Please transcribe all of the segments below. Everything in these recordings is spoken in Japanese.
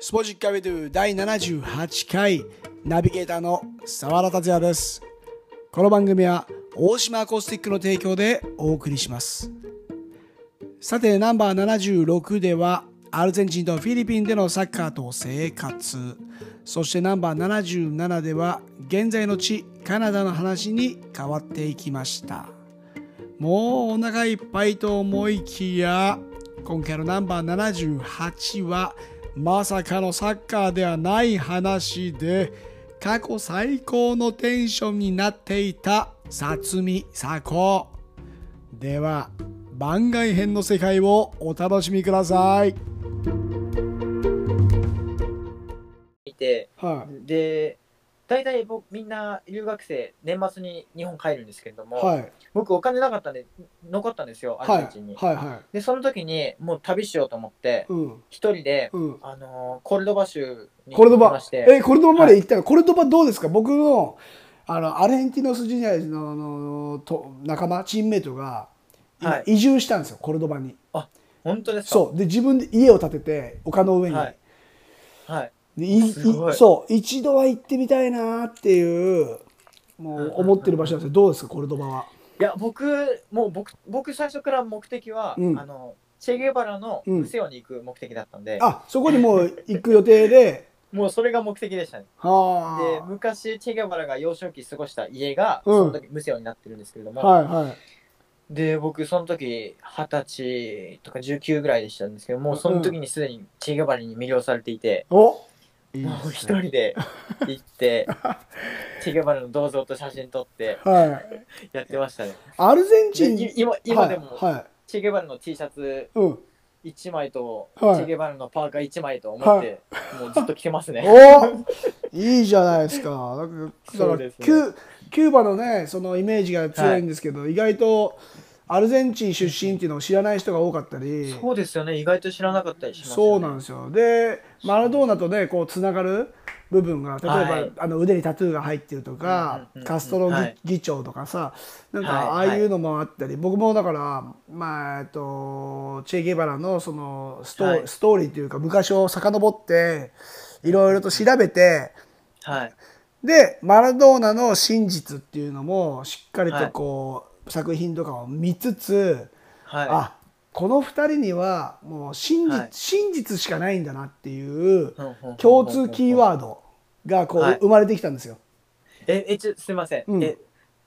スポジッカビドゥ第78回ナビゲーターの沢田達也ですこの番組は大島アコースティックの提供でお送りしますさてナンバー76ではアルゼンチンとフィリピンでのサッカーと生活そしてナンバー77では現在の地カナダの話に変わっていきましたもうお腹いっぱいと思いきや今回のナンバー78はまさかのサッカーではない話で過去最高のテンションになっていた辰巳佐子では番外編の世界をお楽しみくださいいて、はで、大体僕、みんな留学生、年末に日本帰るんですけれどいも、はい僕、お金なかったんで、残ったんですよ、アはルいゼンチンに。はいはいで、その時に、もう旅しようと思って、うん一人で、うんあのーコルドバ州にコルド行きまバして、えコルドバまで行ったの、コルドバどうですか僕のあのアルヘンティノスジュニアのあのと仲間チームメイトが、今はい移住したんですよコルドバに本当ですかそうで自分で家を建てて丘の上に、はい。はい。でいいすごいそう一度は行ってみたいなっていうもううんうんうん思ってる場所なんですよどうですかコルドバはいや、僕、もう僕、僕最初から目的は、うんあの、チェゲバラのうんムセオに行く目的だったんで、あそこにもう行く予定 でもうそれが目的でしたね。で、は昔、チェゲバラが幼少期過ごした家が、うんその時ムセオになってるんですけれどあも、はいはいで僕その時二十歳とか19ぐらいでしたんですけどもうその時にすでにチーガバリに魅了されていて、おいいもうで一すね人で行って チーガバリの銅像と写真撮ってはいやってましたねアルゼンチでンい今今でもはい、はいチーガバリの T シャツうん1枚と、はいチーガバリのパーカー1枚と思って、もうずっと着てますねおいいじゃないですか。なんかだそかうらですねキュキューバのねそのイメージが強いんですけど、意外とアルゼンチン出身っていうのを知らない人が多かったりそうですよね意外と知らなかったりしますそうなんでですよでマラドーナとねこうつながる部分が例えば、はいあの腕にタトゥーが入ってるとうんうんか、うんうんカストロ議,、はい議長とかさなんかあはいあいうのもあったり、僕もだからまあえっとチェ・ゲバラのそのスト,、はいストーリーというか昔を遡っていろいろと調べてはいでマラドーナの真実っていうのもしっかりとこう、作品とかを見つつはいあこの2人にはもう真実,、はい真実しかないんだなっていうほんほんほんほん共通キーワードがこうはい生まれてきたんですよ。ええちょすいません、うんえ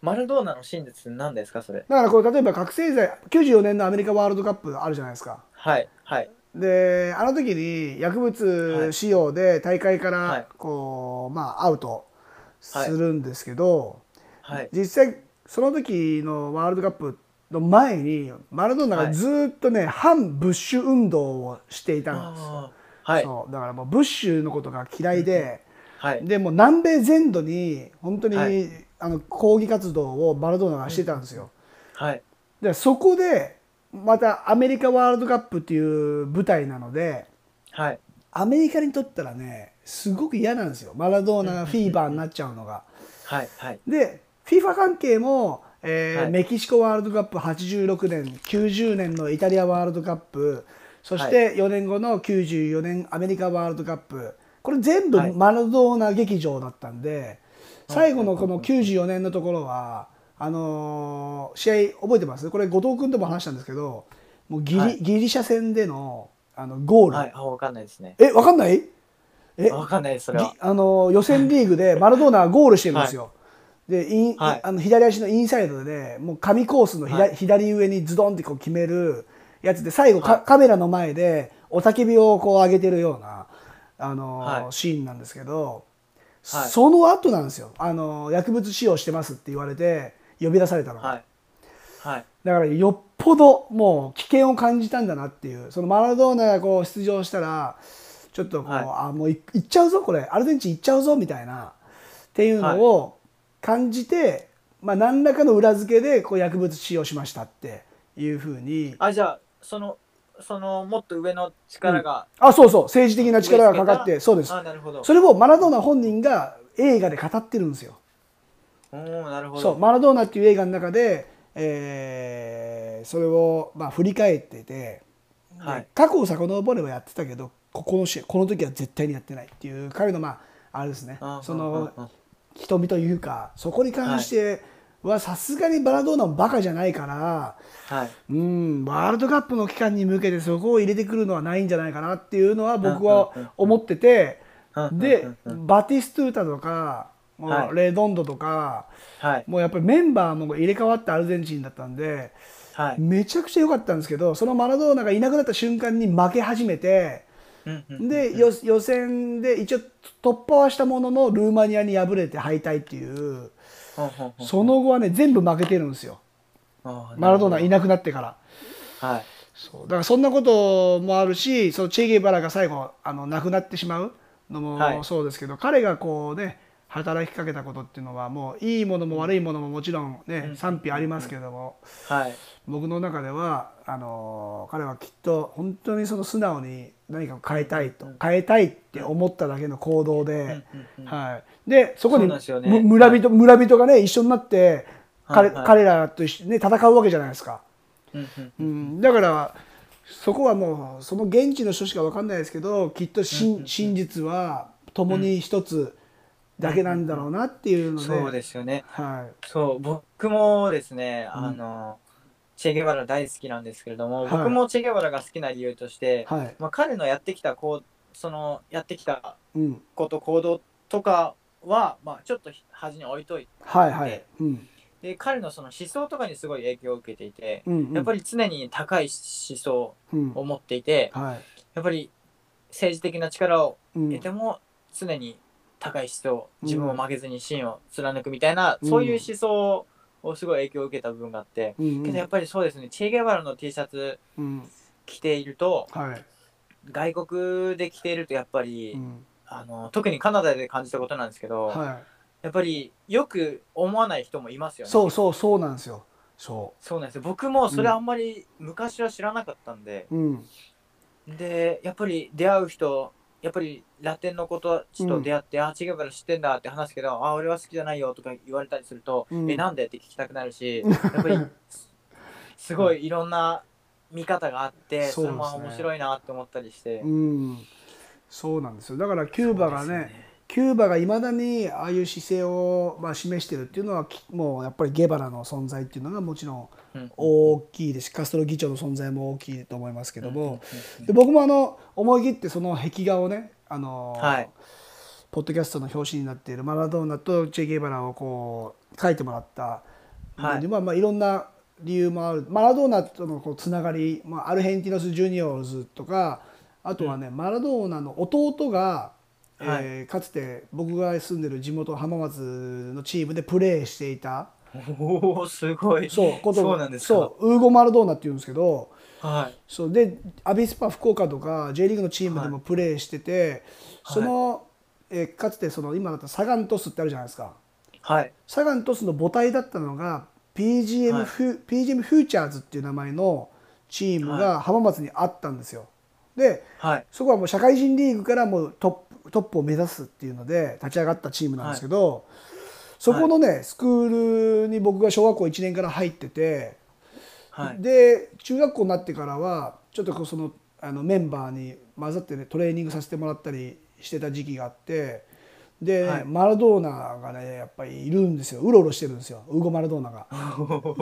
マルドーナの真実って何ですかそれだからこれ例えば覚醒剤94年のアメリカワールドカップあるじゃないですか。はいはいであの時に薬物使用で大会かはらいこう、まあアウトするんですけど、はい実際その時のワールドカップの前にマラドーナがずっとね、反ブッシュ運動をしていたんですよ。あーはいそうだからもうブッシュのことが嫌いで、はいでもう南米全土に本当に、はいあの抗議活動をマラドーナがしてたんですよ。はいでそこでまたアメリカワールドカップっていう舞台なのではいアメリカにとったらねすごく嫌なんですよマラドーナがフィーバーになっちゃうのが。はいはいで FIFA 関係も、えーはいメキシコワールドカップ86年90年のイタリアワールドカップそして4年後の94年アメリカワールドカップこれ全部はいマラドーナ劇場だったんで、最後のこの94年のところはあのー試合覚えてますこれ後藤君とも話したんですけどもうギリ,、はいギリシャ戦でのあのゴール、はいあわかんないですねえわかんないえわかんないですそれぎはあの予選リーグでマラドーナはゴールしてるんですよ。でインはいあの左足のインサイドで、ね、もう神コースの左,、は左上にズドンってこう決めるやつで最後か、はいカメラの前で雄たけびをこう上げてるようなあの、はいシーンなんですけど、はいその後なんですよあの薬物使用してますって言われて呼び出されたのが、はいはいだからよっぽどもう危険を感じたんだなっていうそのマラドーナがこう出場したらちょっとこう、はいあもうい行っちゃうぞこれアルゼンチン行っちゃうぞみたいなっていうのを感じて、まあ何らかの裏付けでこう薬物使用しましたっていうふうにあじゃあそのそのもっと上の力が、あそうそう政治的な力がかかってそうですあなるほどそれをマラドーナ本人が映画で語ってるんですよ。おおなるほどそうマラドーナっていう映画の中で、えーそれをまあ振り返ってて、はい過去を遡ればやってたけどここの試合この時は絶対にやってないっていう彼のまああれですねあーそうんのうんうん瞳というかそこに関してはさすがにバラドーナもバカじゃないからはい。うんワールドカップの期間に向けてそこを入れてくるのはないんじゃないかなっていうのは僕うんうんうんは思っててうんでうんうんバティストゥータとかもうはいレドンドとかはい。もうやっぱりメンバーも入れ替わってアルゼンチンだったんではい。めちゃくちゃ良かったんですけどそのマラドーナがいなくなった瞬間に負け始めて。うんうんでよ予選で一応突破はしたもののルーマニアに敗れて敗退っていうほんほんほんその後はね全部負けてるんですよあーマラドーナなるいなくなってからほどはい。そうだからそんなこともあるしそのチェゲバラが最後あの亡くなってしまうのはいもそうですけど、彼がこうね働きかけたことっていうのはもういいものも悪いものももちろんねうん賛否ありますけども、はい。僕の中ではあのー彼はきっと本当にその素直に何かを変えたいと、うん変えたいって思っただけの行動で、うんうんうんはい、でそこそにうなんですよねむ村人、村人がね一緒になって彼,、はいはい彼らと一緒に、ね、戦うわけじゃないですか、うんうんうん、だからそこはもうその現地の人しか分かんないですけどきっとしんうんうんうん真実は共に一つだけなんだろうなっていうので、そうですよね。はいそう、僕もですね、うんあの、チェゲバラ大好きなんですけれども、はい僕もチェゲバラが好きな理由として、はいまあ、彼のやってきたこう、そのやってきたうん、こと行動とかは、まあ、ちょっと端に置いといてはいはい、うんで彼のその思想とかにすごい影響を受けていて、うんうん、やっぱり、り常に高い思想うんを持っていて、はいやっぱり政治的な力をうん得ても常に高い思想自分を負けずに芯を貫くみたいな、そういう思想をすごい影響を受けた部分があって、うんけどやっぱりそうですねチェ・ゲバラの T シャツうん、着ているとはい、外国で着ているとやっぱり、うんあの特にカナダで感じたことなんですけど、はやっぱりよく思わない人もいますい、よね。そうそうそうなんですよ。そそうなんですよ僕もそれあんまり昔は知らなかったんで、う、うん、でやっぱり出会う人やっぱりラテンの子たちと出会って、あ違うから知ってんだって話すけどあ俺は好きじゃないよとか言われたりすると、うんえなんでって聞きたくなるしや っぱりすすごいいろんな見方があって、そそうでれすねも面白いなって思ったりして、うん、そうなんですよ。だからキューバがそうね、ですよねキューバがいまだにああいう姿勢をまあ示してるっていうのはきもうやっぱりゲバラの存在っていうのがもちろんうん大きいですし、カストロ議長の存在も大きいと思いますけどうんうんうんも、で僕もあの思い切ってその壁画をね、あのはいポッドキャストの表紙になっているマラドーナとチェ・ゲバラをこう書いてもらったので、はいまあまあいろんな理由もあるマラドーナとのこうつながり、まあ、アルヘンティノス・ジュニオーズとかあとはね、マラドーナの弟が、はいえーかつて僕が住んでる地元浜松のチームでプレーしていたおおすごいそうことそうなんですかそうウーゴ・マラドーナっていうんですけどはいそうでアビスパ福岡とか J リーグのチームでもプレーしてて、はいその、えーかつてその今だったサガン鳥栖ってあるじゃないですかはいサガン鳥栖の母体だったのが PGM フ,、PGM フューチャーズっていう名前のチームが浜松にあったんですよ。ではいそこはもう社会人リーグからもうトップトップを目指すっていうので立ち上がったチームなんですけど、そこのね、スクールに僕が小学校1年から入ってて。 はいで中学校になってからはちょっとこうそのあのメンバーに混ざってねトレーニングさせてもらったりしてた時期があってで、はいマラドーナがねやっぱりいるんですようろうろしてるんですよウーゴ・マラドーナが。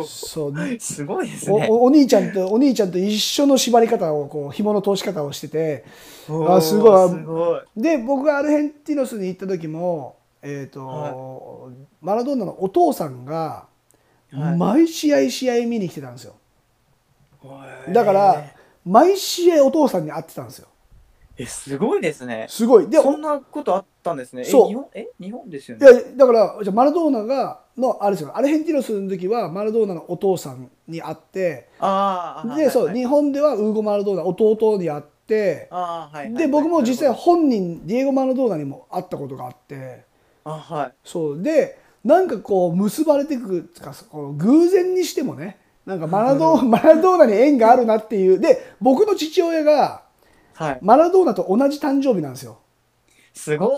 そうすごいですおねおお兄ちゃんとお兄ちゃんと一緒の縛り方をこう紐の通し方をしてておーあすごいすごいで僕がアルヘンティノスに行った時も、えーとマラドーナのお父さんがはい毎試合試合見に来てたんですよ。へーだから、毎試合お父さんに会ってたんですよ。えすごいですねすごい。で、おそんいなことあったんですねえそう日本え日本ですよねやだから、じゃあマラドーナが、の、あれですよ、アルヘンティノスの時は、マラドーナのお父さんに会って、あーあーはいで、そう、はい日本ではウーゴ・マラドーナ、弟に会って、あーはいはいで、僕も実際はい本人、ディエゴ・マラドーナにも会ったことがあって、あはいそう、で、なんかこう、結ばれてくつか、この偶然にしてもね、なんかマラドーマラドーナに縁があるなっていう、で、僕の父親が、はいマラドーナと同じ誕生日なん ですよ。すごい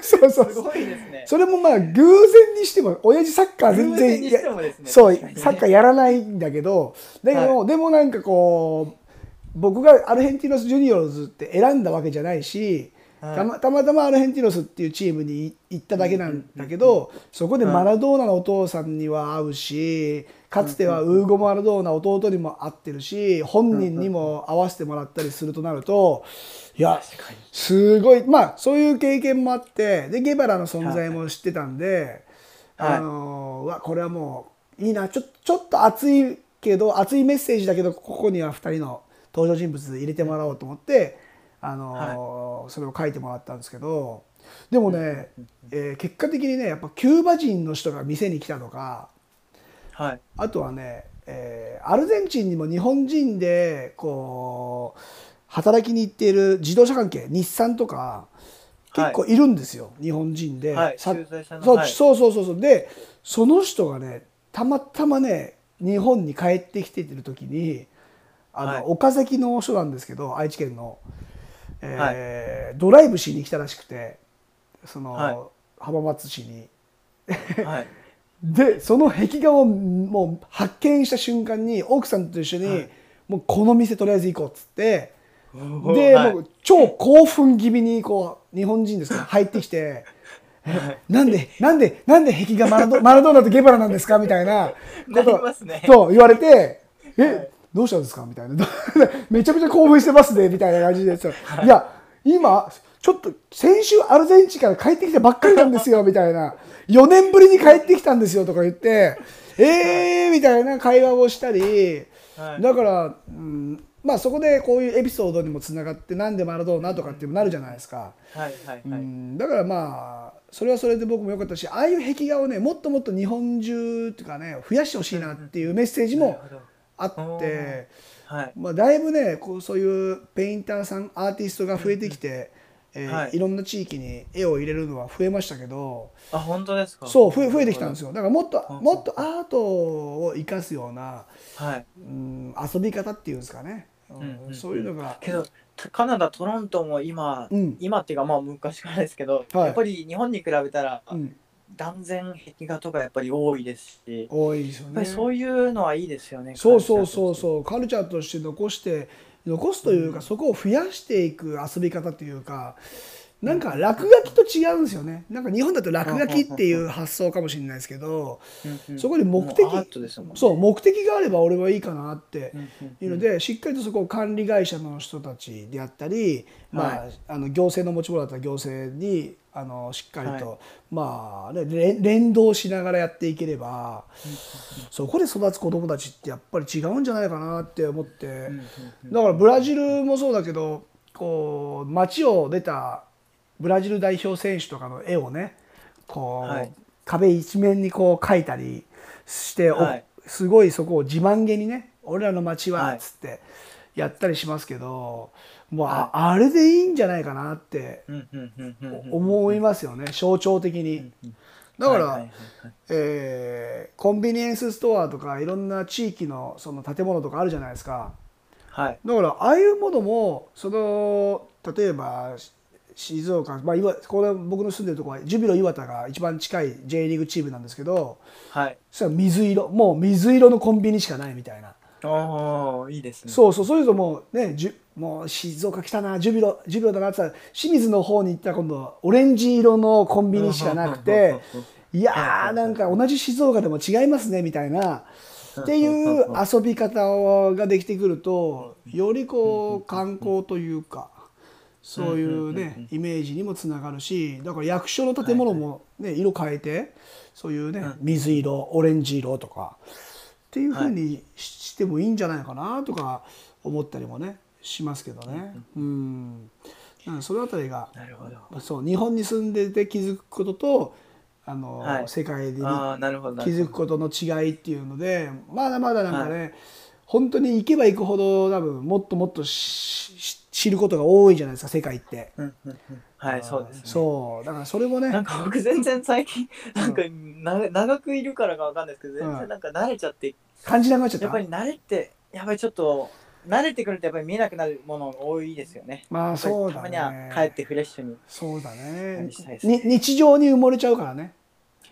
そうそうすそう。ごいですねそれもまあ偶然にしても親父サッカー全偶然然にやしてもですねそう確かにねサッカーやらないんだけどだけど、でもなんかこう僕がアルヘンティノス・ジュニオーズって選んだわけじゃないし、はいたまたまたまアルヘンティノスっていうチームに行っただけなんだけど、そこでマラドーナのお父さんには会うしかつてはウーゴ・マラドーナ弟にも会ってるし本人にも会わせてもらったりするとなるといや確かにすごいまあそういう経験もあってでゲバラの存在も知ってたんで、はいあのーうわこれはもういいなちょちょっと熱いけど熱いメッセージだけどここには2人の登場人物入れてもらおうと思って、あのーそれを書いてもらったんですけどでもね、えー結果的にねやっぱキューバ人の人が店に来たとか。はいあとはね、えーアルゼンチンにも日本人でこう働きに行っている自動車関係日産とか結構いるんですよ、日本人で、はいさ駐在者のそうはいそうそうそうそうでその人がねたまたまね日本に帰ってきてる時にあの、はい岡崎の人なんですけど愛知県の、えードライブしに来たらしくてその、はい浜松市に。はいでその壁画をもう発見した瞬間に奥さんと一緒に、はいもうこの店とりあえず行こうっつって で、でもう超興奮気味にこう日本人ですから入ってき て。えなんで、なんで、なんで壁画マラドマラドーナとゲバラなんですかみたいなこ なりとますねそう言われて、え、どうしたんですかみたいな、 めちゃめちゃ興奮してますねみたいな感じでさ、い、や、今、ちょっと先週アルゼンチンから帰ってきたばっかりなんですよみたいな、4年ぶりに帰ってきたんですよとか言って、えーみたいな会話をしたり、はいだから、うんまあ、そこでこういうエピソードにもつながって、なんでマラドーナとかってなるじゃないですか。はいはいはういんだからまあそれはそれで僕も良かったしああいう壁画をねもっともっと日本中っていうかね増やしてほしいなっていうメッセージもなるほどあうんっおてー、はいまあ、だいぶねこうそういうペインターさんアーティストが増えてきて、えーはいい、ろんな地域に絵を入れるのは増えましたけどあ本当ですかそう増え増えてきたんですよだからもっとうんもっとアートを生かすような、はいうん、遊び方っていうんですかね、うんうんうんそういうのがけどカナダトロントも今、うん今っていうかまあ昔からですけど、はいやっぱり日本に比べたらうん、断然壁画とかやっぱり多いですし、や多いですよっねぱり。そういうのはいいですよね。そうそうそうう。そうカルチャーとして残して残すというかそこを増やしていく遊び方というかなんか落書きと違うんですよねなんか日本だと落書きっていう発想かもしれないですけどうんうんそこで目的もうアートですもんね。そう目的があれば俺はいいかなってうんうんいうのでしっかりとそこを管理会社の人たちであったりまあはあの行政の持ち物だったら行政にあのしっかりはとまあね連連動しながらやっていければそこで育つ子供たちってやっぱり違うんじゃないかなって思って。うんうんうんだからブラジルもそうだけどこう街を出たブラジル代表選手とかの絵をねこう、はい壁一面にこう描いたりして、おはいすごいそこを自慢げにね俺らの街ははいっつってやったりしますけど、もうあ,、れでいいんじゃないかなってうんうんうんうんうん思いますよね、象徴的に。だから、はいはいはいえーコンビニエンスストアとかいろんな地域のその建物とかあるじゃないですか。はいはいだからああいうものもその例えばし静岡、まあ、いわこれ僕の住んでるところはジュビロ磐田が一番近い J リーグチームなんですけどはい。そしたら水色もう水色のコンビニしかないみたいな、おおいいですね。そうそうそういうともうねじゅもう静岡来たなジュビロジュビロだなって言ったら清水の方に行ったら今度オレンジ色のコンビニしかなく て。いやーなんか同じ静岡でも違いますねみたい なっていう遊び方ができてくるとよりこう観光というかそういうねイメージにもつながるしだから役所の建物もね色変えてそういうね水色オレンジ色とかっていうふうにししてもいいんじゃないかなとか思ったりもねしますけどね。うんだからそのあたりがなるほど。そう日本に住んでて気づくこととあの、はい世界にああなるほどな気るほづくことの違いっていうのでまだまだなんかね、本当に行けば行くほど多分もっともっとしし知ることが多いじゃないですか世界って。ど。うんうんうんはいそうですね。そうだからそれもねなんか僕全然最近なんかな長くいるからかわかんないですけど全然なんか慣れちゃって感じなくなっちゃったやっぱり慣れってやっぱりちょっと慣れてくるとやっぱり見えなくなるものが多いですよね。まあそうやっだぱりたまには帰っねてフレッシュに。そうだね何したいですに日常に埋もれちゃうからね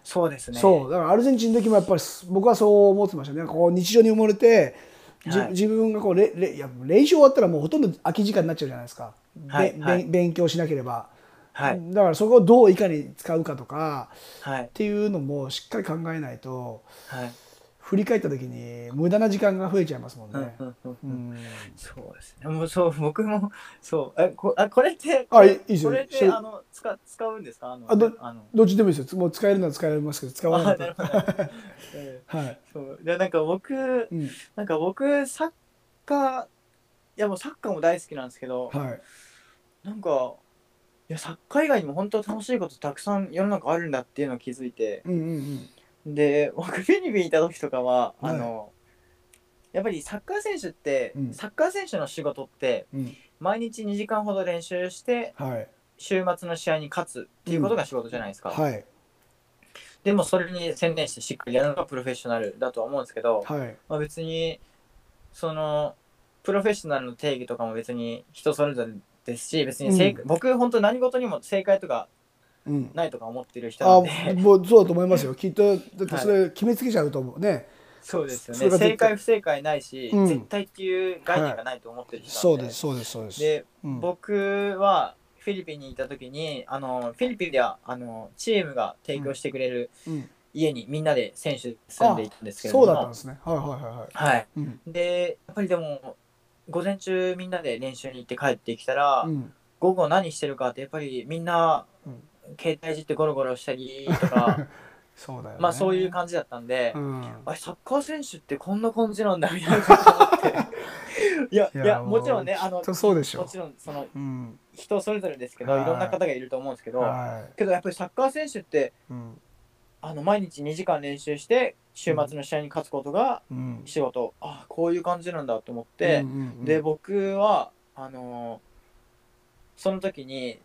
そうですね。そうだからアルゼンチンの時もやっぱりす僕はそう思ってましたねこう日常に埋もれてじはい自分がこうれれいや練習終わったらもうほとんど空き時間になっちゃうじゃないですか、べはいはいべん勉強しなければ、はいだからそこをどういかに使うかとかはいっていうのもしっかり考えないとはい振り返った時に無駄な時間が増えちゃいますもんうんね。うんうんううんんそうですねもう そう僕もそうえこあこれってあいいいですこよれっそてれあの使使うんですかあのあどあのどっちでもいいですよもう使えるのは使えますけど使わなあ いと。なるほどえはいーそうでなんか僕うんなんか僕サッカーいやもうサッカーも大好きなんですけどはいなんかいやサッカー以外にも本当楽しいことたくさん世の中あるんだっていうのを気づいてうんうんうんで僕フィリピンにいた時とかは、はいあのやっぱりサッカー選手って、うんサッカー選手の仕事ってうん毎日2時間ほど練習してはい週末の試合に勝つっていうことが仕事じゃないですか、はいでもそれに専念してしっかりやるのがプロフェッショナルだとは思うんですけど、はいまあ、別にそのプロフェッショナルの定義とかも別に人それぞれですし別に正解、う僕本当何事にも正解とかうんないとか思ってる人なあんでもうそうだと思いますよきっとだってそれ決めつけちゃうと思うね そうですよそれねが絶正解不正解ないし、うん絶対っていう概念がないと思ってる人そなんうで,、ですそうですそうですでうん僕はフィリピンにいた時にあのフィリピンではあのチームが提供してくれるうん家にみんなで選手住んでいたんですけれどそもうだったんですねはいはいはいはいはいうんでやっぱりでも午前中みんなで練習に行って帰ってきたら、うん午後何してるかってやっぱりみんなうん携帯いじってゴロゴロしたり とかそうだよねまあそういう感じだったんで、うんあれサッカー選手ってこんな感じなんだみたい なこと思っていやいやもちろんねあのきっとそうでしょもうちろんそのうん人それぞれですけど、はいい、ろんな方がいると思うんですけど、はけどやっぱりサッカー選手っていうんあの毎日2時間練習して週末の試合に勝つことがうん仕事、あこういう感じなんだと思って、うんうんうんで僕はあのーその時に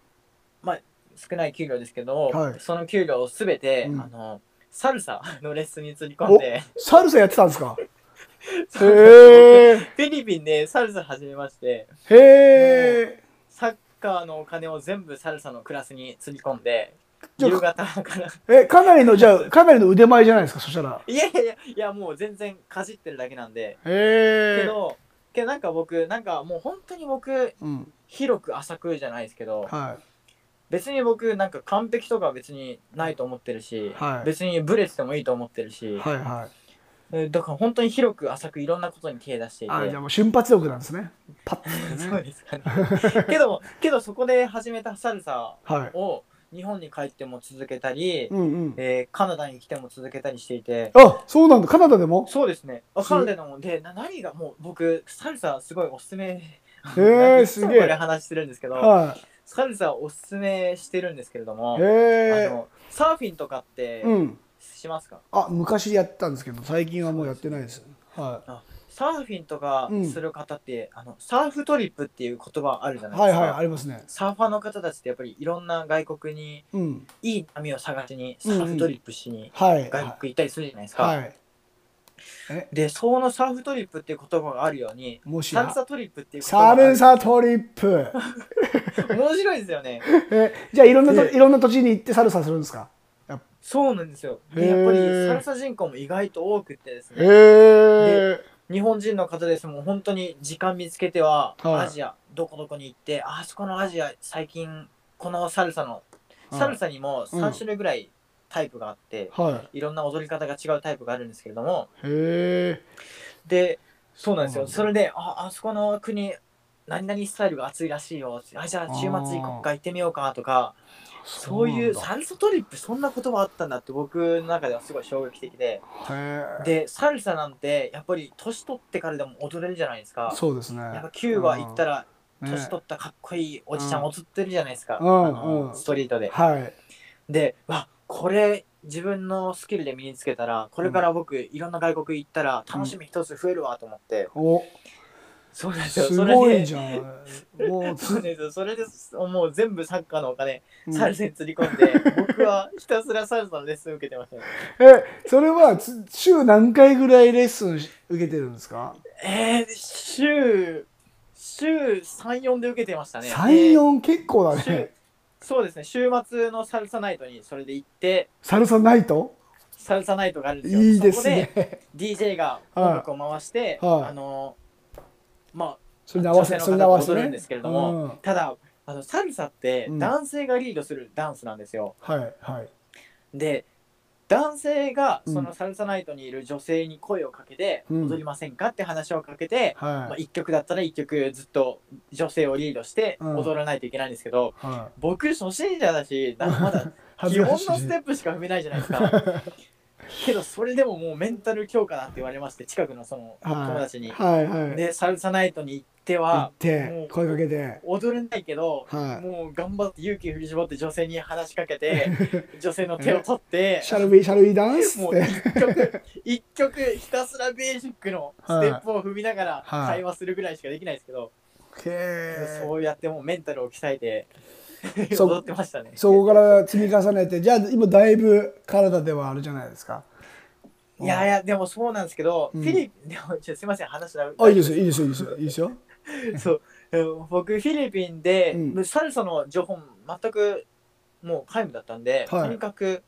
まあ少ない給料ですけど、はいその給料をすべて、うんあのサルサのレッスンにつり込んでサルサやってたんですか そへうフえィリピンでサルサ始めましてへえサッカーのお金を全部サルサのクラスにつり込んでじゃあ夕方から えかなりのじゃあかなりの腕前じゃないですかそしたらいやいやいやいやもう全然かじってるだけなんで、けへえどけどなんか僕なんかもう本当に僕うん広く浅くじゃないですけど、は別に僕なんか完璧とかは別にないと思ってるし、はい別にブレててもいいと思ってるいし、はいはいえだから本当に広く浅くいろんなことに手出していてあじゃあもう瞬発力なんですねパッとそうねですかねけどけどそこで始めたサルサ はいを日本に帰っても続けたり、うんうんえーカナダに来ても続けたりしていてあそうなんだカナダでもそうですねあすカナダのもんでな何がもう僕サルサすごいおすすめへ ーいつすもげえこれ話してるんですけど、はサルサをおすすめしてるんですけれども、いへあえのサーフィンとかってうんしますか、あ昔やったんですけど最近はもうやってないですはサーフィンとかする方って、あのサーフトリップっていう言葉あるじゃいないはですいか、はいありますねサーファーの方たちってやっぱりいろんな外国にうんいい波を探しにうサんうんーフトリップしにはい外国行ったりするじゃないですか、はいでそのサーフトリップっていう言葉があるようにもしサルサトリップっていう言サ葉があルるサトリップ面白いですよねえじゃあいろんなとでいろんな土地に行ってサルサするんですかそうなんですよへでーやっぱりサルサ人口も意外と多くってですねえ日本人の方ですもん本当に時間見つけては、はいアジアどこどこに行ってああそこのアジア最近このサルサのサルサにもうん3種類ぐらいタイプがあって、はいろんな踊り方が違うタイプがあるんですけれどもいへえでそうなんですよそそうれでああそこの国何々スタイルが熱いらしいよあじゃあ週末行こっか行ってみようかとかそういなうんだサルサトリップそんな言葉あったんだって僕の中ではすごい衝撃的でへえでサルサなんてやっぱり年取ってからでも踊れるじゃないですかそうですねやっぱキューバ行ったらね年取ったかっこいいおじちゃんうん踊ってるじゃないですか、うんあのうんストリートで、はいでわこれ自分のスキルで身につけたらこれから僕いろんな外国行ったら楽しみ一つ増えるわと思って、おそうなんですよすそれごいでじゃん もうそうなんですよそれでもう全部サッカーのお金、うんサルサに釣り込んで僕はひたすらサルサのレッスン受けてましたね えそれはつ週何回ぐらいレッスンし受けてるんですかえー、週週34で受けてましたね三で四結構だ週ねそうですね週末のサルサナイトにそれで行ってサルサナイトサルサナイトがあるんですよ。いいですね そ。こで DJ が音楽を回して、はいあのまあそれに合わせ、女そ性れに合の方わがせ踊るんねで。すけれども、うんただあのサルサってうん男性がリードするダンスなんですよ。はい、はい。で男性がうんそのサルサナイトにいる女性に声をかけてうん踊りませんかって話をかけて、まあ、はい。 1曲だったら1曲ずっと女性をリードしてうん踊らないといけないんですけど、は僕初心者だしなまだい。 恥基ず本かのしいステップしか踏めないじゃないですか けどそれでももうメンタル強化なんて言われまして近くのそのはい友達に、はい、はい。でサルサナイトに行って行っはもてう、声かけて。踊れないけど、はい。もう頑張って勇気振り絞って女性に話しか けて女性の手を取ってシャルビー、シャルビーダンスもっうて。一曲一曲ひたすらベーシックのステップを踏みながらはい会話するぐらいしかできないですけど、へそうやってもうメンタルを鍛えてそう 踊ってましたねー。そこから積み重ねて、じゃあ今だいぶ体ではあるじゃないですか。いやいやでもそうなんですけど、うんフィリピンでもちょすいません話だあ、いいですよ、いいですよ、いいですよ。いいですよ。 そううん僕フィリピンで、うんサルサの情報も全くもう皆無だったんで、はいとにかく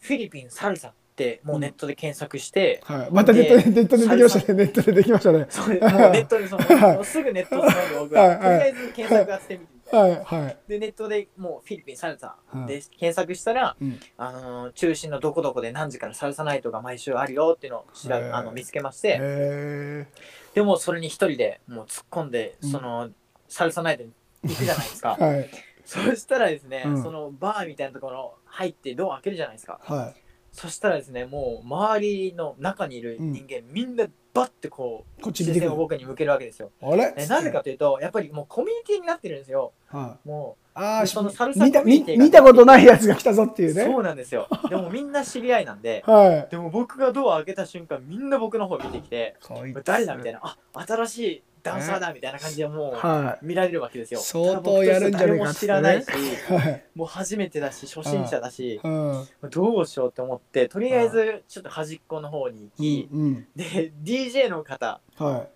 フィリピンサルサってもうネットで検索して、はい。またネットで、ネットでできましたね。ネットでできましたね。そうもうネットでそ はいのすぐネットでその僕ははいとりあえず検索やってみてはい、はい。でネットでもうフィリピンサルサはいで検索したら、うんあのー中心のどこどこで何時からサルサナイトが毎週あるよっていうのを調べへーあの見つけましへて、え。でもそれに一人でもう突っ込んで、うんそのサルサナイトに行くじゃないですか。はい、そしたらですね、うんそのバーみたいなところ入ってドア開けるじゃないですか。はそしたらですね、もう周りの中にいる人間、みんなバッてこい。こっう、ち視見てく線るを。僕に向けるわけですよ。あれえなぜか、というと、やっぱりもうコミュニティになってるんですよ。はい、もああ、そのサルサ見たコミュ見ニティが見たことないやつが来たぞってう、いうね。そうなんですよ。でもみんな知り合いなんで、はい。でも僕がドア開けた瞬間、みんな僕の方見てきて、これ誰だみたいな、あ新しいダンサーだみたいな感じでもうは見られるわけですよ。相当やるんじゃねえかっつってね誰も知らないし、い。はい。もう初めてだし、初心者だし、うん。どうしようって思ってとりあえずちょっと端っこの方に行き、うん。で DJ の方は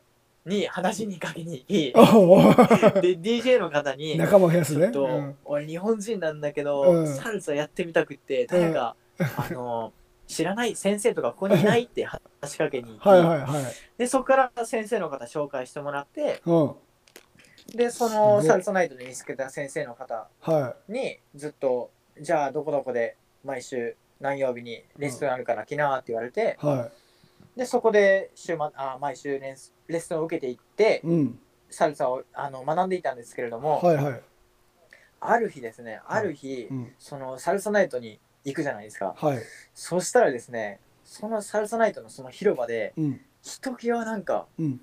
に話にかけに行きい。おお。で DJ の方に仲間を増やすちょねっ。と、うん俺日本人なんだけど、うんサルサやってみたくって誰か、あの知らない先生とかここにいないって話しかけに行き、はいはいはい。でそこから先生の方紹介してもらってうん。でそすごのいサルサナイトで見つけた先生の方はにずっとじゃあどこどこで毎週何曜日にレストランあるから来なって言われて、い。はでそこで週末あ毎週レンスレッスンを受けていってい。うん。サルサをあの学んでいたんですけれども、はいはい。ある日ですねある日、うん。そのサルサナイトに行くじゃないですかはい。そしたらですねそのサルサナイトのその広場でうん。ひときわなんかうん。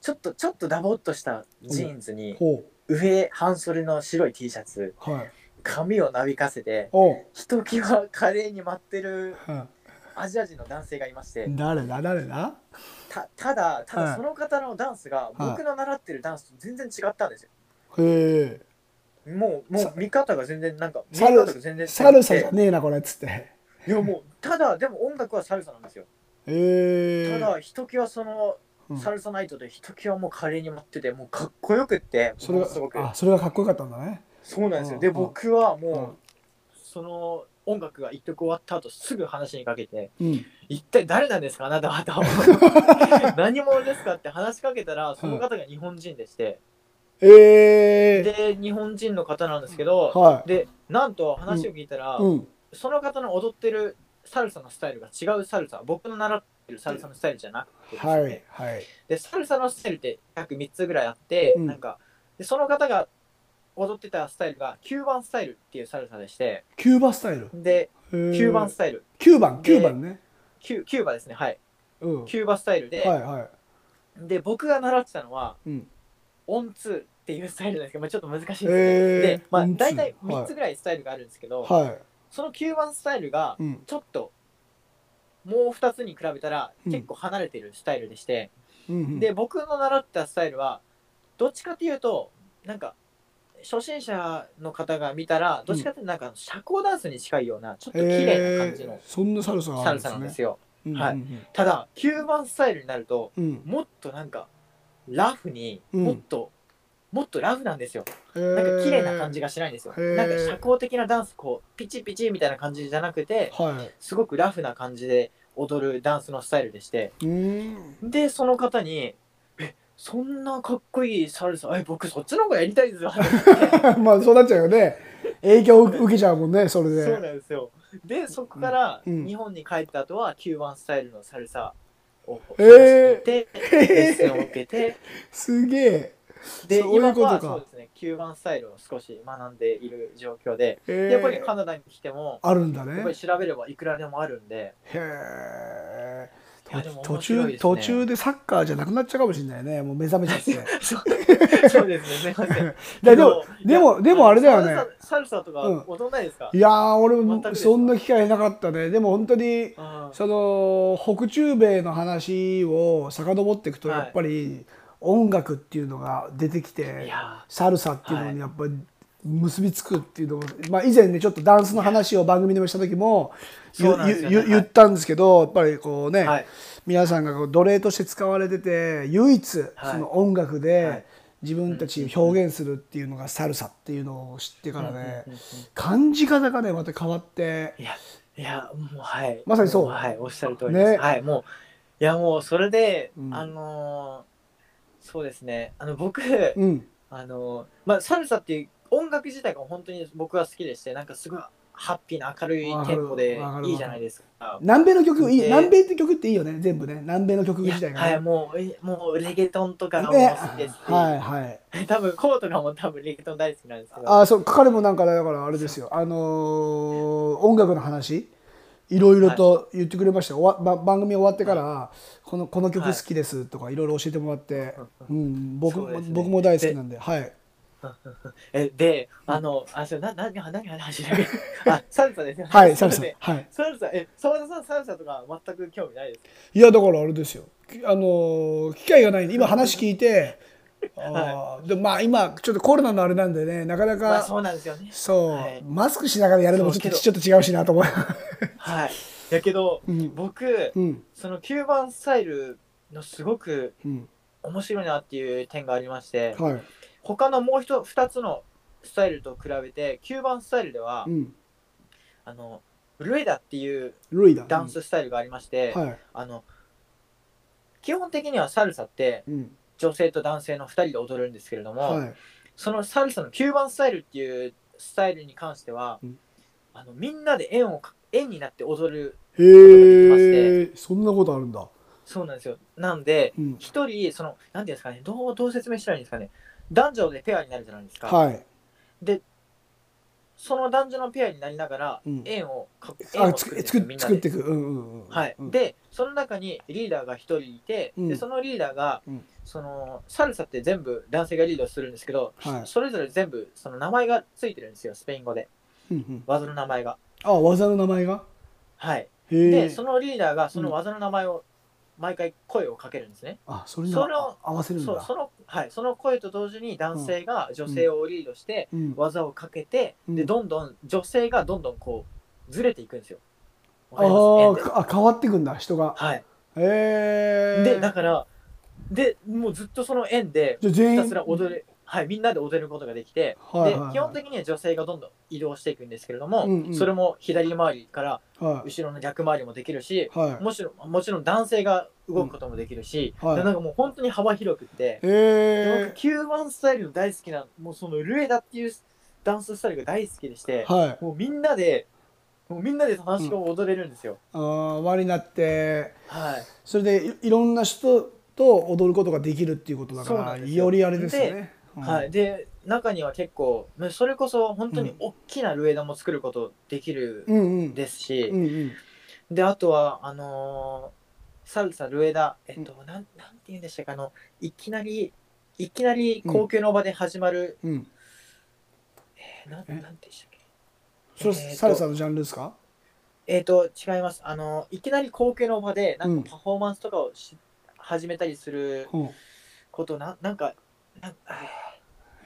ちょっとちょっとダボっとしたジーンズに、ほ上半袖の白い T シャツう。はい。髪をなびかせておう。ひときわ華麗に舞ってるうんアジア人の男性がいまして誰だ誰だたただたはいだその方のダンスが僕の習ってるダンスと全然違ったんですよへえ。もう、もさう見方が全然、なんか、見サル方が全然違ってサルサじゃねえなこれっつって。へいや、もう、ただ、でも音楽はサルサなんですよ。たえ。だ、ひときわその、うんサルサナイトでひときわもう華麗に舞ってて、もうかっこよくって、それもがのすごく。あそれがかっこよかったんだね。そうなんですうんよ。で、うん僕はうもんう、その、音楽が一曲終わった後、すぐ話にかけて、うん。一体誰なんですか、あなたはと。 何者ですかって話しかけたら、その方が日本人でして、ええ。で、日本人の方なんですけど、はで、なんと話を聞いたらい。、うん。その方の踊ってるサルサのスタイルが違うサルサ僕の習ってるサルサのスタイルじゃなくてですね、はいはい。でサルサのスタイルって約3つぐらいあって、うんなんかでその方が踊ってたスタイルがキューバンスタイルっていうサルサでしてキューバスタイル。でキキュューバンスタイル9番で9番ね。キューキューバですねはいうん。はいキューバスタイルで、は。で僕が習ってたのはいうん。オンツーっていうスタイルなんですけど、まあ、ちょっと難しいんですけえど、えで、まあ、うん大体3つぐらいスタイルがあるんですけど、はそのキューバンスタイルがい。うん。ちょっともう2つに比べたらうん結構離れてるスタイルでして、うんで僕の習ったスタイルはどっちかというとなんか初心者の方が見たらどっちかというとなんか社交ダンスに近いようなちょっと綺麗な感じへのーそんなサルサがあサるルサなんんでですすね。よ、うんはいただキューバンスタイルになるとうんうんもっとなんかラフにうんもっともっとラフなんですよななんか綺麗な感じがしないんですよへーなんか社交的なダンスこうピチピチみたいな感じじゃなくてはすごくラフな感じで踊るダンスのスタイルでしてい。うーん。 でその方に「えそんなかっこいいサルサえ僕そっちの方がやりたいですよ」まあそうなっちゃうよ ね。影響を受けちゃうもん ね、それで。そうなんですよ。で、そこからうんうん日本に帰った後は、キューバンスタイルのサルサをえー教えて、へレッスンをへ受けて、 すげえ。で、そうい今うことかはそうですね、キューバンスタイルを少し学んでいる状況で、えでーやっぱりカナダに来ても、あるんだやっぱねり。調べればいくらでもあるんで、へえ。いやでも途面白い中、ですね途中でサッカーじゃなくなっちゃうかもしれないね。もう目覚めちゃ って。そうそうですね、すみません。 だでも、けどでいも、やでもあれだよね。サルササルサとかうん踊んないですか、いやー、俺全くもですそんな機会なかったね。でも本当に、うんその、北中米の話を遡っていくと、はいやっぱり音楽っていうのが出てきいて、やサルサっていうのにやっぱり結びつくっていうのを、まあ、以前ねちょっとダンスの話を番組でもした時もゆそうなんですよねゆはい言ったんですけどやっぱりこうね、はい皆さんがこう奴隷として使われてて唯一そはいの音楽で、はい自分たちを表現するっていうのがサルサっていうのを知ってからねうんうんうんうん感じ方がねまた変わっていや、いや、もう、はい。まさにそうもはい、おっしゃる通りです。ねはい、もう、いや、もう、それで、うんあのーそうですね、あの、僕、うんあのーまあ、サルサっていう音楽自体が本当に僕は好きでして、なんかすごいハッピーな明るいテンポわかるわかるでわかるいいじゃないですか。南米の曲いいで南米って曲っていいよね全部ね南米の曲自体がはい、ね。もう、えもう、レゲトンとかがもうね好きですし、はいはい、 多分、コートがもう多分レゲトン大好きなんですけど、あそう彼もなんかだからあれですよあのー音楽の話いろいろと言ってくれましたよ、おわば番組終わってから、この「この曲好きです」とかいろいろ教えてもらって、うん、僕そうもですね僕も大好きなんではいえで、あの、あ、そう、な、な、な、何話してる あ、サルサですよね。はいサルそさうですんねはいサルサ、え、澤田さん、サルサとか全く興味ないですかいやだからあれですよきあのー機会がないんで今話聞いてあーでまあ今ちょっとコロナのあれなんでねなかなか、まあ、そうなんですよね。そう、はいマスクしながらやるのもちょっとそうちょっと違うしなと思う、はい。やけど、うん僕、うんその9番スタイルのすごくうん、面白いなっていう点がありまして、はい、他のもう一2つのスタイルと比べて、9番スタイルでは、うん、あの、ルエダっていうルイだダンススタイルがありまして、はい、あの、基本的にはサルサってうん、女性と男性の2人で踊るんですけれども、はいそのサルサの9番スタイルっていうスタイルに関しては、うんあのみんなで円をか円になって踊るへえ、そんなことあるんだ。そうなんですよなんでうん、一人そのなんていうんですかねどうどう説明したらいいんですかね男女でペアになるじゃないですか、はい。その男女のペアになりながらうん円をか円あ、をつ作くるんですよみ作作っんなでていく。うんうんうん。はい、うん、でその中にリーダーが一人いて、うんでそのリーダーが、うんそのサルサって全部男性がリードするんですけど、はいそれぞれ全部その名前がついてるんですよスペイン語でうんうん、技の名前があ、技の名前が。はいへでえそ。のリーダーがその技の名前を毎回声をかけるんですね、あ、それにそのあ合わせるんそうだ。そのはい、その声と同時に男性が女性をリードしてうん。技をかけて、うんでどんどん女性がどんどんこうずれていくんですよ。わあかりーますかあ、変わっていくんだ、人が。はい、へえ。でだからでもうずっとその円でじゃあ全ひ員たすら踊る、はい、みんなで踊ることができて、はいはいはいで基本的には女性がどんどん移動していくんですけれども、うんうんそれも左回りからはい。後ろの逆回りもできるし、はい。もちろんもちろん男性が動くこともできるし、うんはいでなんかもう本当に幅広くっへて、でえ僕。キューバンスタイルの大好きなもうそのルエダっていうダンススタイルが大好きでして、はい。もうみんなでもうみんなで楽しく踊れるんですよ、ああ、輪になって、はいそれでいいろんな人と踊ることができるっていうことだかそうなら、んですよよりあれですよね。うんはい、。で中には結構まあそれこそ本当に大きなルエダも作ることできるうんうん。ですし、うんうん。であとはあのーサルサルエダえっと、なんなんて言うんでしたかあのいきなりいきなり高級の場で始まる、うん。えーなんえなんて言うんでしたっけそれえーとサルサのジャンルですか？えっ、と違いますあのいきなり後継の場でなんかパフォーマンスとかをし、始めたりするうん。ことななんかなんか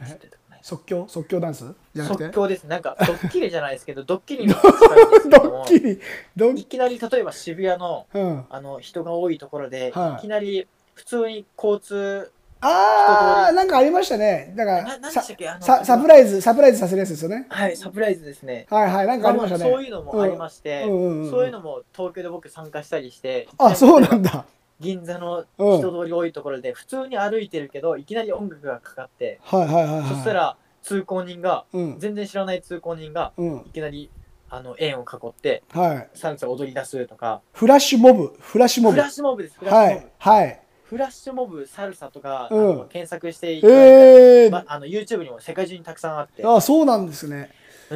えーえちょっと出てこない即興即興ダンスじゃなくて即興ですな んかドッキリじゃないですけどドッキリの力ですけドどもッキリドッいきなり例えば渋谷のうんあの人が多いところで、はいい、きなり普通に交通あー、なんかありましたね。だからな、何でさしたっけあのさサプライズ、サプライズさせるやつですよね。はい、サプライズですね。はいはい、なんかありましたね。そういうのもありまして、うんうんうんうんそういうのも東京で僕参加したりして、あ、そうなんだ。銀座の人通り多いところで普通に歩いてるけど、いきなり音楽がかかって、はいはいはいはい。そした、ら通行人が、うん。全然知らない通行人が、うんい。きなりあの円を囲って、はい。サンツ踊り出すとか、フラッシュモブ、フラッシュモフブ。ラッシュモブです、フラッはシュモブ。い。はい。フラッシュモブ、サルサとか、うんあの検索していただいたらええま、あの YouTube にも世界中にたくさんあって、あ、そうなんですね。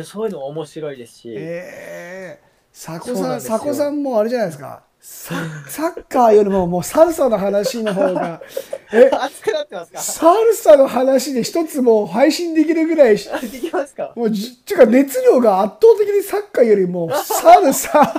そういうのも面白いですし、ええ佐古そうさなんん、ですよ佐古さんもあれじゃないですか。 ササッカーよりももうサルサの話の方 が、え、 熱くなってますかサルサの話で一つもう配信できるぐらいし、できますか もうじ、っていうか熱量が圧倒的にサッカーよりもサル サ、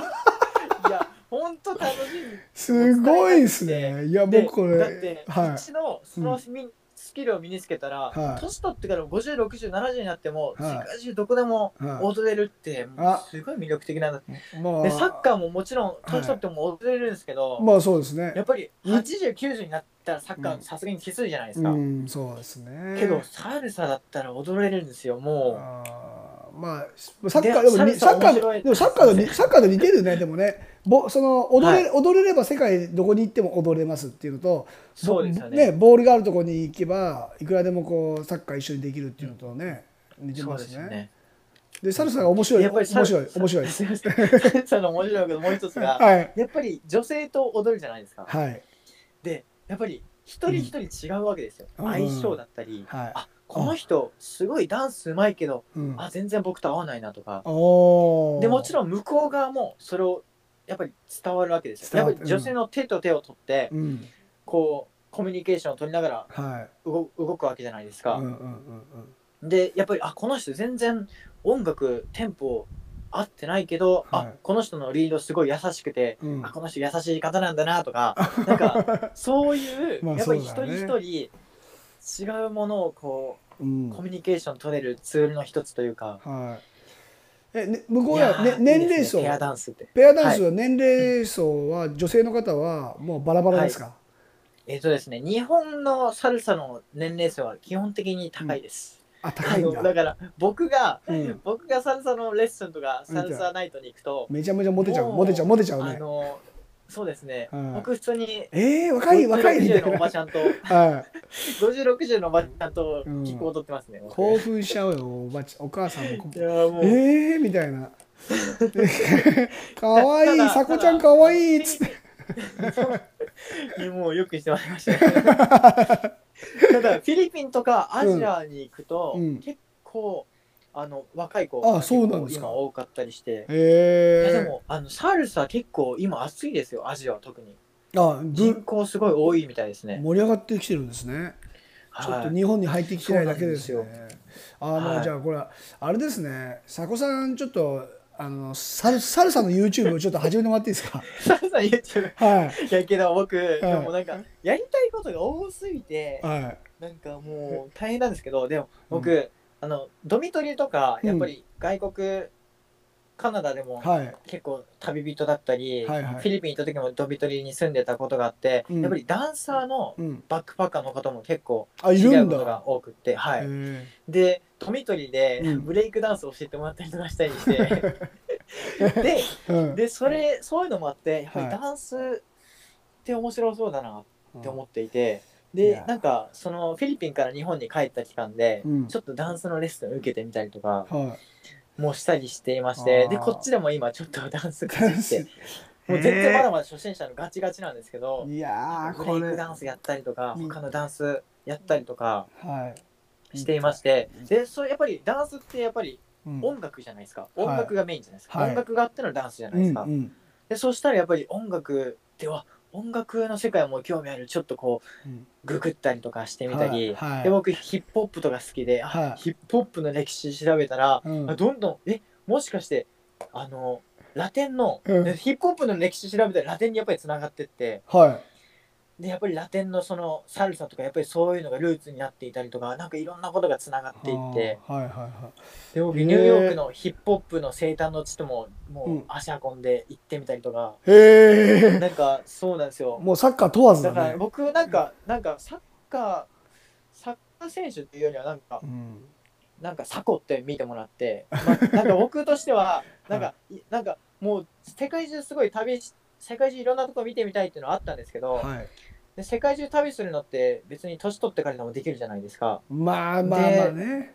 いや、ほんと楽しみ。すごいですね。いや、もうで、こだってれ、、はうちのそのみスキルを身につけたら、はい年取ってから50、60、70になっても、はい世界中どこでもはい踊れるって、もうあすごい魅力的なんだって。い。まで、サッーカーももちろん、年取っても踊れるんですけど、まあそうですねや。っぱりうん80、90になったらサッカうんーさすがにきついじゃないですうか。ん、そうですね。けど、サルサだったら踊れるんですよ、もあーまあ、サッカーででもにササッルサカ面白ーいでもサッカーとにサッカーと似てるねでもねぼその踊れ、は踊れれば世界どこに行っても踊れますっていうのとそうですよねぼボールがあるところに行けばいくらでもこうサッカー一緒にできるっていうのとね、似う。てそうまですすよねね。でサルサが面白いやっぱ面りサル白い面白いですすいませんサルサの面白いけどもう一つが、はいやっぱり女性と踊るじゃないですか。はいで、やっぱり一人一人違うわけですよ。うん相性だったり、はいあこの人すごいダンスうまいけど、うんあ全然僕と合わないなとか。おーでもちろん向こう側もそれをやっぱり伝わるわけですよ。伝やわっるぱり女性の手と手を取って、うんこうコミュニケーションを取りながらはい動動くわけじゃないですうか。んうんうんうんでやっぱりあこの人全然音楽テンポ合ってないけど、はいあこの人のリードすごい優しくて、うんあこの人優しい方なんだなとかなん かそういう、まあやっぱりそ一うだね人一人違うものをこうんうコミュニケーション取れるツールの一つというか、はいえね向こういやは、ねー、年いいで齢す層ねペアダンスってペアダンスは年齢層は、女性の方はもうバラバラですか、えっ、とですね日本のサルサの年齢層は基本的に高いです、あ高いんあだのだから僕が、うん僕がサルサのレッスンとかサルサナイトに行くと、めちゃめちゃモテちゃうもうモテちゃうモテちゃうあねのそうですね、はい僕普通にえー、若い若いみた50いのおばなちゃんと、はい50、60のおばちゃんと、キックを踊ってますね。僕興奮しちゃうよおばちお母さんもいやーもう、えーみたいなかわいたいださこちゃんかわいいっつってただフィリピンもうよくしてもらいまし たね。ただ、フィリピンとかアジアに行くと、うんうん結構、あの、若い子あそうなんですか結構今多かったりして。いやでえもあのサルサ結構今暑いですよアジアは特にー、あ人ぶ口すごい多いみたいですね、盛り上がってきてるんですねちょっとはい日本に入ってきてないだけですよそう。あの、はいじゃあこれあれですね。佐古さんちょっとあのサルサルサの YouTube をちょっと始めてもらっていいです か。サルサ YouTube はいやけど僕、でもなんかやりたいことが多すぎていはい。なんかもう大変なんですけどでも僕、あのドミトリーとかやっぱり外国、カナダでもはい。結構旅人だったり、はいはいフィリピン行った時もドミトリーに住んでたことがあって、うんやっぱりダンサーのうん。バックパッカーの方も結構あい知り合るうんことだ。が多くって、はいえでドミトリーでうんブレイクダンスを教えてもらったりとかし たりして、でえうん。でそれそういうのもあってやっぱりはいダンスって面白そうだなって思っていて、いでやなんかそのフィリピンから日本に帰った期間で、うんちょっとダンスのレッスンを受けてみたりとかはい。もうしたりしていましあてーでこっちでも今ちょっと ダンスがダン っスてもう全然まだまだ初心者のガチガチなんですけど、いやーブレこイれクダンスやったりとかうん他のダンスやったりとかはい。していましてでそれやっぱりダンスってやっぱりうん音楽じゃないですか、はい音楽がメインじゃないですか、はい音楽があってのダンスじゃなうんいでうすか、ん。でそしたらやっぱり音楽では音楽の世界も興味あるちょっとこううんググったりとかしてみたり、はいはいで僕ヒップホップとか好きで、あはいヒップホップの歴史調べたら、うんあどんどんえもしかしてあのラテンの、うんでヒップホップの歴史調べたらラテンにやっぱりつながってってはでやっぱりラテンのそのサルサとかやっぱりそういうのがルーツになっていたりとかなんかいろんなことがつながっい。ていって。あーはいはいはで僕へーニューヨークのヒップホップの生誕の地ともうもうん足運んで行ってみたりとか、い。へえ。なんかそうなんですよもうサッカー問わずだだからね。僕なんかなんかサッカ選手っていうよりはなんかうんなんかサコって見てもらって、まあなんか僕 としてはなんか、いなんかもう世界中すごい旅し世界中いろんなとこ見てみたいっていうのはあったんですけど、はい、で世界中旅するのって別に年取ってからでもできるじゃないですかまあまあまあね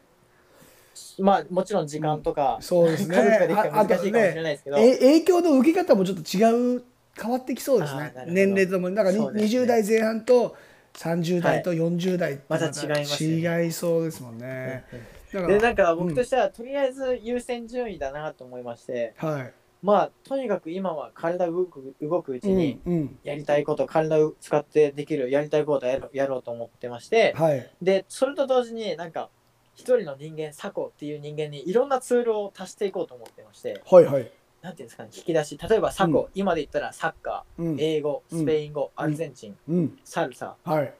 まあもちろん時間とか、そうですね家族ができたらああ難としいかもしれねないですけど、え影響の受け方もちょっと違う変わってきそうですあーねなるほど年齢とともにだからにそうですね20代前半と30代と40代ってまた違いますよ違いそうですもんねだかでらなんか僕としては、とりあえず優先順位だなと思いましてはいまあとにかく今は体動く動くうちに、うんうんやりたいこと体を使ってできるやりたいことをやろやろうと思ってましてはいでそれと同時になんか一人の人間サコっていう人間にいろんなツールを足していこうと思ってましてはいはいなんていうんですかね引き出し例えばサコ、今で言ったらサッカうんー英語うんスペイン語、アルゼンチン、うんサルサ、はい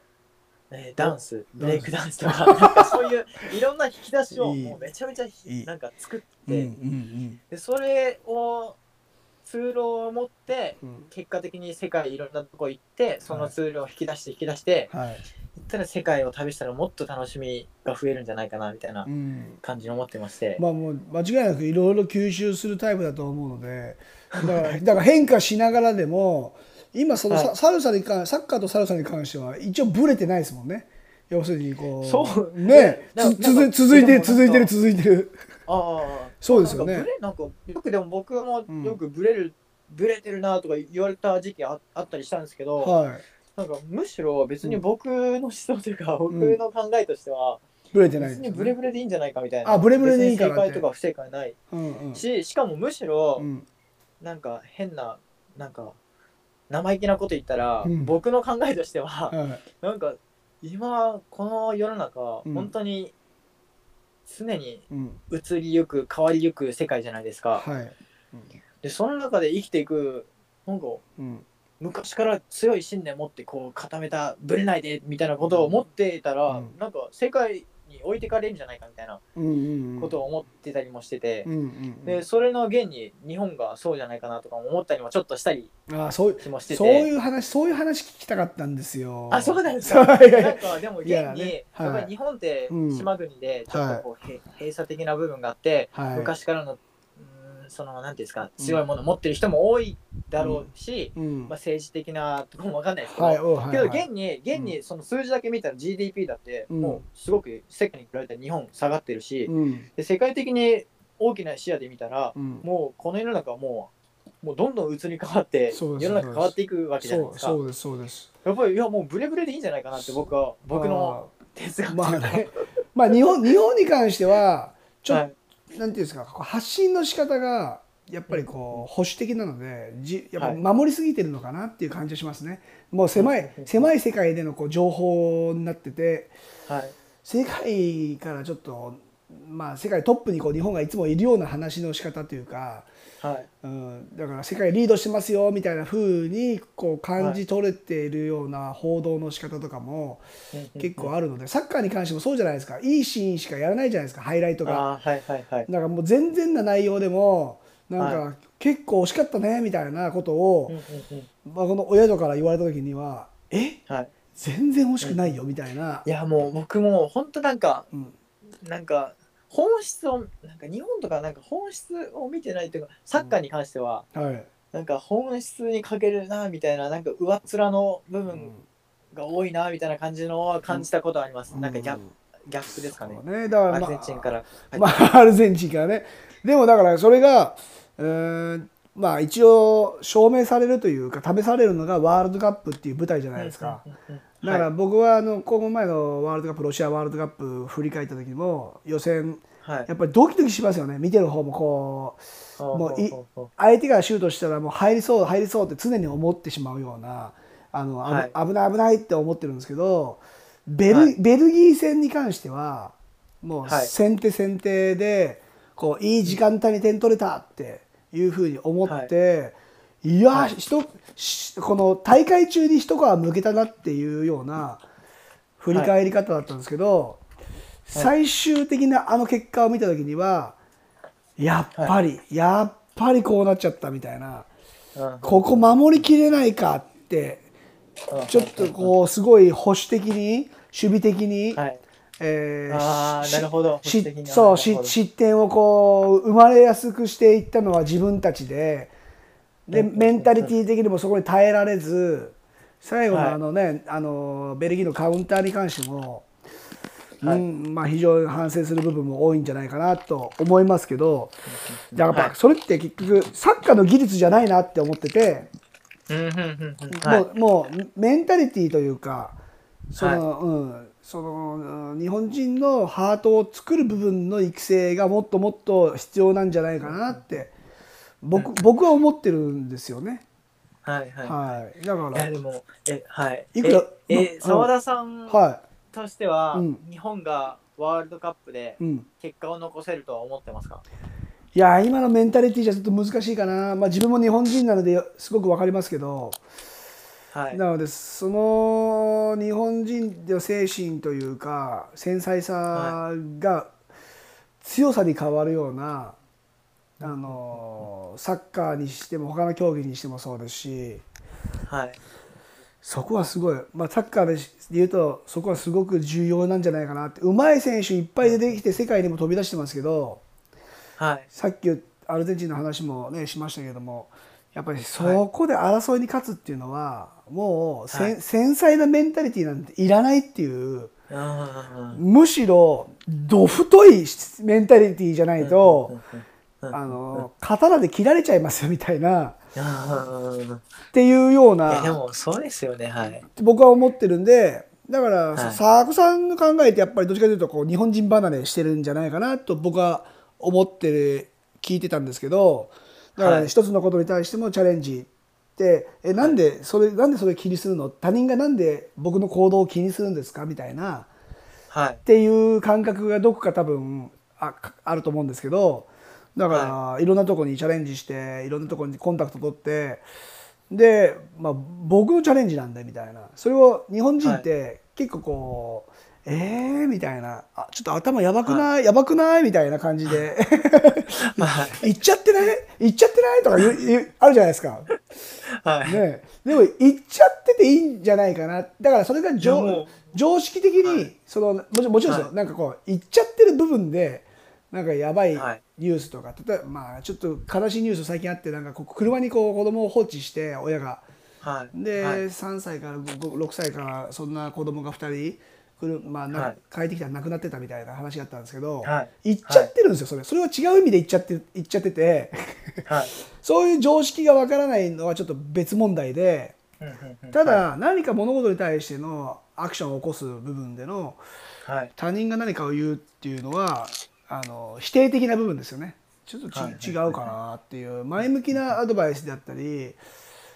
えーダンスダンスブレイクダンスとかなんかそういういろんな引き出し をいいもうめちゃめちゃひいいなんか作って、うんうんでそれをツールを持ってうんうん結果的に世界いろんなとこ行ってそのツールを引き出して引き出して、はい行ったら世界を旅したらもっと楽しみが増えるんじゃないかなみたいなうん感じに思ってまして、まあもう間違いなくいろいろ吸収するタイプだと思うのでだからだから変化しながらでも今そのさ、はいサルサに関サッカーとサルサに関しては一応ブレてないですもんね要するにこうそうねねつななんか続い続いてでもなんるか続いてる続いてるああそうですよなんねかブレなんかよくでも僕もうんよくブレる、ブレてるなとか言われた時期ああったりしたんですけど、はなんかむしろ別に僕の思想というか、ん僕の考えとしては、いブレてないです別にブレブレでいいんじゃないかみたいな。あブレブレでいいかなって別に正解とか不正解ないうんうんし、しかもむしろう、んなんか変な、なんか、生意気なこと言ったら、うん僕の考えとしては、はいなんか、今、この世の中、うん本当に、常にうん移りゆく、変わりゆく世界じゃないですか。はいで、その中で生きていく、なんか、うん昔から強い信念持ってこう固めたぶれないでみたいなことを持っていたら、うんなんか世界に置いてかれるんじゃないかみたいなうんうんうんことを思ってたりもしてて、うんうんでそれの現に日本がそうじゃないかなとか思ったりもちょっとしたりうんあそうもしててそういう話そういう話聞きたかったんですよあそうなんですかか はいはいはなんいかでも現いにやや,、ねはいっぱり日本ってうん島国でちょっとこう、へ閉鎖的な部分があって、はい昔からのうーんそのなんていうんですか強いもの持ってる人も多いだろうし、うんまあ、政治的なところもわかんないですけど、はいおはいけどはい現に現にその数字だけ見たら GDP だってうんもうすごく世界に比べたら日本下がってるし、うんで世界的に大きな視野で見たら、うんもうこの世の中はもうもうどんどん移り変わって世そうのです中変わっていくわけじゃないそでうすかそうですそうですやっぱりいやもうブレブレでいいんじゃないかなって僕は僕の哲あー学とまあいうかね まあ日本日本に関してはちょっと、はいなんていうんですかこう発信の仕方がやっぱりこう保守的なのでじやっはいぱ守りすぎてるのかなっていう感じがしますねもう狭い狭い世界でのこう情報になっててはい世界からちょっとまあ世界トップにこう日本がいつもいるような話の仕方というかはいうん、だから世界リードしてますよみたいな風にこう感じ取れているような報道の仕方とかも結構あるのでサッカーに関してもそうじゃないですかいいシーンしかやらないじゃないですかハイライトがあーはいはいはいだからもう全然な内容でもなんはか結構惜しかったねみたいなことをうん、うんうんまあ、この親とから言われた時にはえはい全然惜しくないよみたいな、いやもう僕も本当なんかうんなんか本質をなんか日本とかなんか本質を見てないというかサッカーに関してははいなんか本質に欠けるなみたいななんか上っ面の部う分が多いなみたいな感じのは感じたことあります、なんかギャップギャップですかねそうねだから、まあアルゼンチンから、はいまあ、 アルゼンチンからね。でもだからそれが、うーん、まあ一応証明されるというか、試されるのがワールドカップっていう舞台じゃないですか。だから僕はあの、今後前のワールドカップ、ロシアワールドカップ振り返った時も、予選、はいはいやっぱりドキドキしますよね。見てる方もこう、もういほうほうほう相手がシュートしたらもう入りそう、入りそうって常に思ってしまうような、あの、あぶ危ない危ないって思ってるんですけど、ベル,、はいベルギー戦に関しては、もうはい先手先手で、こう、いい時間帯に点取れたっていうふうに思って、い、やー、はいひとしこの大会中に一皮むけたなっていうような振り返り方だったんですけど、最終的なあの結果を見た時には、やっぱり、やっぱりこうなっちゃったみたいな、うんここ守りきれないかって、うんちょっとこう、すごい保守的に、守備的に、はいえーああ、しなるほど。保守的しなそうなるしほど失点をこう生まれやすくしていったのは自分たちででうんメンタリティ的にもそこに耐えられず最後のはいあの、ねあのベルギーのカウンターに関しても、はいうんまあ、非常に反省する部分も多いんじゃないかなと思いますけどだからやっはぱそれって結局サッカーの技術じゃないなって思ってて。うんうんうんうんはいもうもうメンタリティーというかその、うん、そのうん日本人のハートを作る部分の育成がもっともっと必要なんじゃないかなって僕,、僕は思ってるんですよね。はいははい、だかい。いやらでも、え、はい。いくらえ、うえん澤田さんはとしてはうん、日本がワールドカップでい、うん、結果を残せるとは思ってますかいや今のメンタリティーじゃちょっと難しいかな、まあ、自分も日本人なのですごくわかりますけど、はい。なのでその日本人の精神というか繊細さが強さに変わるような、あのサッカーにしても他の競技にしてもそうですしはい。そこはすごい、まあ、サッカーで言うとそこはすごく重要なんじゃないかなってうまい選手いっぱい出てきて世界にも飛び出してますけどはい。さっきアルゼンチンの話も、ね、しましたけどもやっぱりそこで争いに勝つっていうのはもうせん、はい繊細なメンタリティなんていらないっていうあむしろど太いメンタリティじゃないと、うんうんあの刀で切られちゃいますよみたいなあ。あっていうようあ。いやでなも、そうですよね。はい。僕は思ってるんでだから、はいサーコさんの考えってやっぱりどっちかというとこう日本人離れしてるんじゃないかなと僕は思ってる聞いてたんですけどだからね、はい一つのことに対してもチャレンジってえなんでそれなんでそれ気にするの他人がなんで僕の行動を気にするんですかみたいな。はいっ。ていう感覚がどこか多分あかあると思うんですけどだから、い、ろんなとこにチャレンジしていろんなとこにコンタクト取ってで、まあ、僕のチャレンジなんでみたいなそれを日本人って結構こう、えーみたいなあちょっと頭やばくない、やばくないみたいな感じではい。 行っちゃってない行っちゃってないとか言う言うあるじゃないですか。はい。ね、でも行っちゃってていいんじゃないかなだからそれがいやも常う常識的に、はいそのもちろんもちろんですよ、はなんかこう行っちゃってる部分でなんかやばいはいニュースとか、例えばまあちょっと悲しいニュース最近あってなんかこう車にこう子供を放置して親がはい。で、はい3歳から6歳からそんな子供が2人車な、はい帰ってきたら亡くなってたみたいな話があったんですけど、はい行っちゃってるんですよそれそれは違う意味で行っちゃって行っちゃっててはい。そういう常識がわからないのはちょっと別問題で。うんうんうんただ何か物事に対してのアクションを起こす部分でのはい。他人が何かを言うっていうのはあの否定的な部分ですよねちょっとち、はいはいはい違うかなっていう前向きなアドバイスであったり、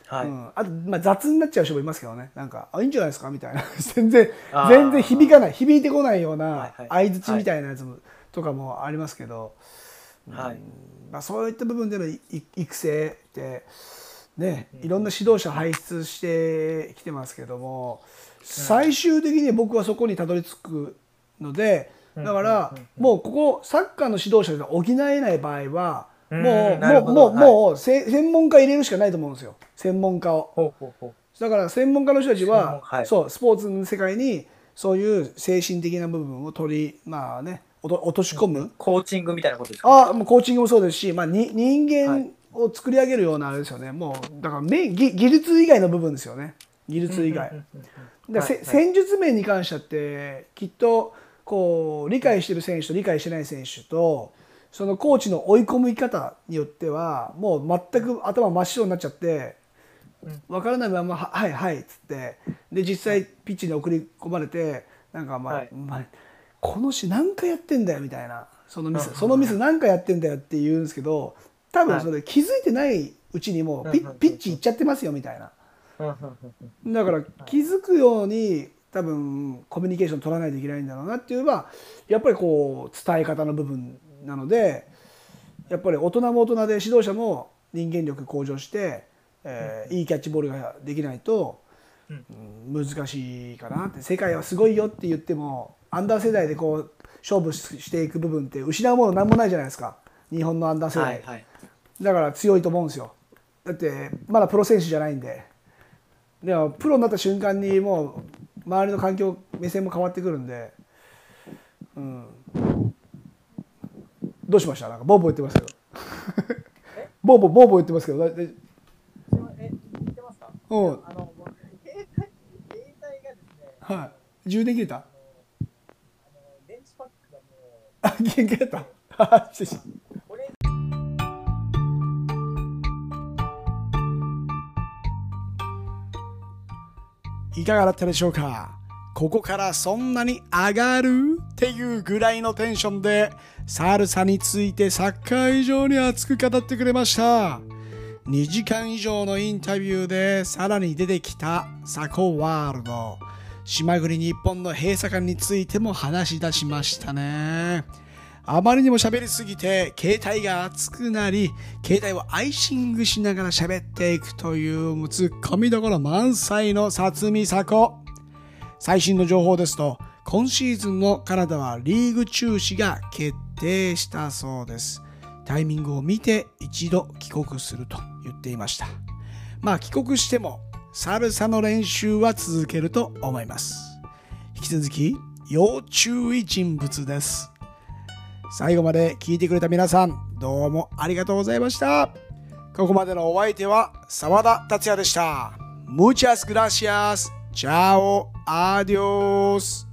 はうい。ん、あと、まあ、雑になっちゃう人もいますけどねなんかあいいんじゃないですかみたい な全然あー全然響かない響いてこないようなはいは相いづちみたいなやつも、とかもありますけど、はうい。んまあ、そういった部分でのい育成って、ね、いろんな指導者輩出してきてますけども最終的に僕はそこにたどり着くのでだからもうここサッカーの指導者で補えない場合はうんもうなるもうほもどうはいもうせ専門家入れるしかないと思うんですよ専門家を。ほうほうほう。だから専門家の人たち専門は、家はいそうスポーツの世界にそういう精神的な部分を取りまあねおと落とし込む。コーチングみたいなことですかあもうコーチングもそうですし、まあ、に人は間いを作り上げるようなあれですよね、もうだからめ技技術以外の部分ですよね技術以外、うんうんうんうんだからせはいはい戦術面に関してだってきっとこう理解してる選手と理解してない選手とそのコーチの追い込み方によってはもう全く頭真っ白になっちゃってうん分からないまま「ははいはい」っつってで実際ピッチに送り込まれてなんかまあ、はいまあこの人何回やってんだよみたいなそのミうスんそのミス何回やってんだよって言うんですけど多分それ気づいてないうちにもうピうんうんうんピッチ行っちゃってますよみたいな。うんうんうんうんだから気づくように多分コミュニケーション取らないといけないんだろうなっていうのはやっぱりこう伝え方の部分なのでやっぱり大人も大人で指導者も人間力向上して、えーいいキャッチボールができないと、うんうん難しいかなって世界はすごいよって言ってもアンダー世代でこう勝負ししていく部分って失うものなんもないじゃないですか日本のアンダー世代、はいはい。だから強いと思うんですよだってまだプロ選手じゃないんででもプロになった瞬間にもう周りの環境目線も変わってくるんでうん、どうしましたなんかボーボー言ってますけどボーボーボーボー言ってますけどだだえ、聞いてますかうんあの、もう携帯、携帯がですね、はい充電切れたあの、あの電池パックがもあ限界だったあ失礼しましたう、これ、いかがだったでしょうかここからそんなに上がるっていうぐらいのテンションでサルサについてサッカー以上に熱く語ってくれました2時間以上のインタビューでさらに出てきたサコワールド島国日本の閉鎖感についても話し出しましたねあまりにも喋りすぎて、携帯が熱くなり、携帯をアイシングしながら喋っていくという、もうツッコミどころ満載の辰巳佐子。最新の情報ですと、今シーズンのカナダはリーグ中止が決定したそうです。タイミングを見て一度帰国すると言っていました。まあ帰国しても、サルサの練習は続けると思います。引き続き、要注意人物です。最後まで聞いてくれた皆さんどうもありがとうございましたここまでのお相手は澤田達也でした Muchas gracias Ciao Adios